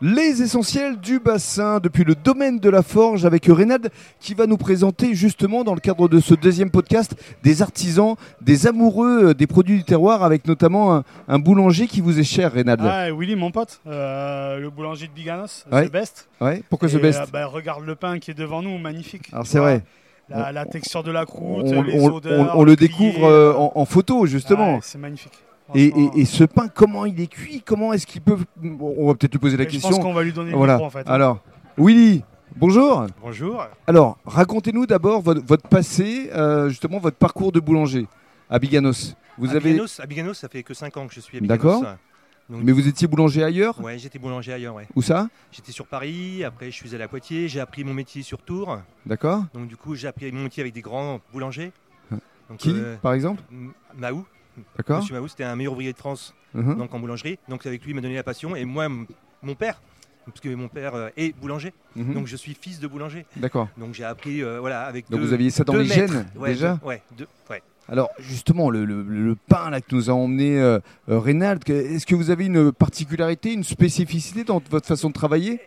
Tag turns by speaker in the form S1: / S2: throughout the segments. S1: Les essentiels du bassin depuis le domaine de la forge avec Rénad qui va nous présenter justement dans le cadre de ce deuxième podcast des artisans, des amoureux euh, des produits du terroir avec notamment un, un boulanger qui vous est cher Rénad.
S2: Ah, Willy, mon pote, euh, le boulanger de Biganos,
S1: Ouais.
S2: The Best.
S1: Ouais, pourquoi ce
S2: Et,
S1: best
S2: euh, bah, Regarde le pain qui est devant nous, magnifique.
S1: Alors
S2: Tu
S1: c'est
S2: vois,
S1: vrai,
S2: La,
S1: On-
S2: la texture de la croûte,
S1: on, on-
S2: les
S1: on-
S2: odeurs.
S1: on- on le
S2: grillé.
S1: découvre euh, en, en photo justement.
S2: Ouais, c'est magnifique.
S1: Et,
S2: Franchement,
S1: et- et ce pain, comment il est cuit Comment est-ce qu'il peut... On va peut-être lui poser la
S2: et Je
S1: question.
S2: pense qu'on va lui donner le
S1: Voilà.
S2: micro en fait. hein.
S1: Alors, Willy, bonjour.
S3: Bonjour.
S1: Alors, racontez-nous d'abord votre, votre passé, euh, justement votre parcours de boulanger à Biganos. Vous
S3: à
S1: avez,
S3: Biganos, à Biganos, ça fait que 5 ans que je suis à Biganos.
S1: D'accord. mais vous étiez boulanger ailleurs
S3: Ouais, j'étais boulanger ailleurs, ouais.
S1: Où ça
S3: J'étais sur Paris, après je suis allé à Poitiers, j'ai appris mon métier sur Tours.
S1: D'accord.
S3: Donc du coup, j'ai appris mon métier avec des grands boulangers. Donc,
S1: Hein. Qui,
S3: euh,
S1: par exemple
S3: M- Mahou,
S1: D'accord.
S3: monsieur Mahou, c'était un meilleur ouvrier de France
S1: Mhm.
S3: donc en boulangerie. Donc avec lui, il m'a donné la passion. Et moi, m- mon père, parce que mon père euh, est boulanger,
S1: Mhm.
S3: donc je suis fils de boulanger.
S1: D'accord.
S3: Donc j'ai appris, euh, voilà, avec
S1: Donc
S3: deux-
S1: vous aviez ça dans
S3: deux
S1: les
S3: maîtres.
S1: gènes
S3: Ouais,
S1: déjà
S3: deux- ouais, deux- ouais.
S1: Alors justement, le, le- le pain là, que nous a emmené euh, euh, Reynald, que- est-ce que vous avez une particularité, une spécificité dans votre façon de travailler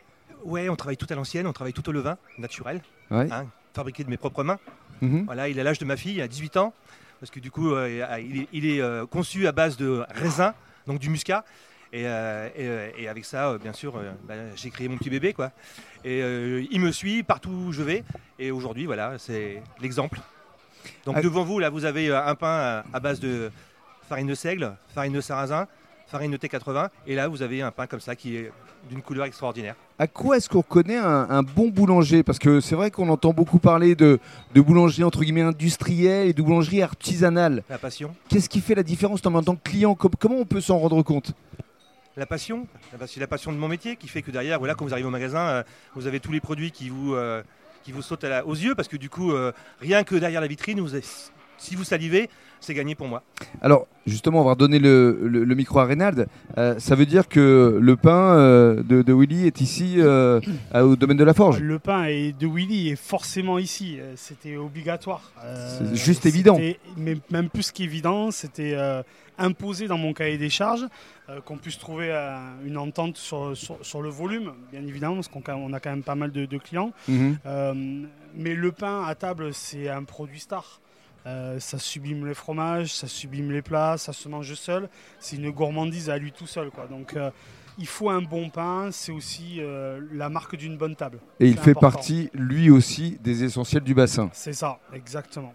S3: Ouais, on travaille tout à l'ancienne, on travaille tout au levain, naturel,
S1: Ouais.
S3: hein, fabriqué de mes propres mains.
S1: Mhm.
S3: Voilà, il a l'âge de ma fille, à 18 ans, parce que du coup, euh, il est, il est, euh, conçu à base de raisin, donc du muscat. Et, euh, et, euh, et avec ça, euh, bien sûr, euh, bah, j'ai créé mon petit bébé, quoi. Et euh, il me suit partout où je vais. Et aujourd'hui, voilà, c'est l'exemple. Donc
S1: Ah.
S3: devant vous, là, vous avez euh, un pain euh, à base de farine de seigle, farine de sarrasin, farine de T80. Et là, vous avez un pain comme ça qui est d'une couleur extraordinaire.
S1: À quoi est-ce qu'on reconnaît un, un bon boulanger Parce que c'est vrai qu'on entend beaucoup parler de, de boulangerie entre guillemets industrielle et de boulangerie artisanale.
S3: La passion.
S1: Qu'est-ce qui fait la différence en tant que client Com- Comment on peut s'en rendre compte
S3: La passion, la pas- c'est la passion de mon métier qui fait que derrière, voilà, quand vous arrivez au magasin, euh, vous avez tous les produits qui vous, euh, qui vous sautent à la- aux yeux parce que du coup, euh, rien que derrière la vitrine, vous avez- si vous salivez, c'est gagné pour moi.
S1: Alors, justement, on va redonner le, le- le micro à Reynald. Euh, ça veut dire que le pain euh, de, de Willy est ici euh, à- au domaine de la forge.
S2: Le pain est de Willy est forcément ici. Euh, C'était obligatoire. Euh,
S1: C'est juste
S2: c'était-
S1: évident.
S2: Mais même plus qu'évident, c'était euh, imposé dans mon cahier des charges euh, qu'on puisse trouver euh, une entente sur, sur, sur le volume, bien évidemment, parce qu'on on a quand même pas mal de- de clients.
S1: Mhm.
S2: Euh, mais le pain à table, c'est un produit star. Euh, ça sublime les fromages, ça sublime les plats, ça se mange seul. C'est une gourmandise à lui tout seul. Quoi. Donc euh, il faut un bon pain, c'est aussi euh, la marque d'une bonne table.
S1: Et il
S2: c'est
S1: fait
S2: important.
S1: partie, lui aussi, des essentiels du bassin.
S2: C'est ça, exactement.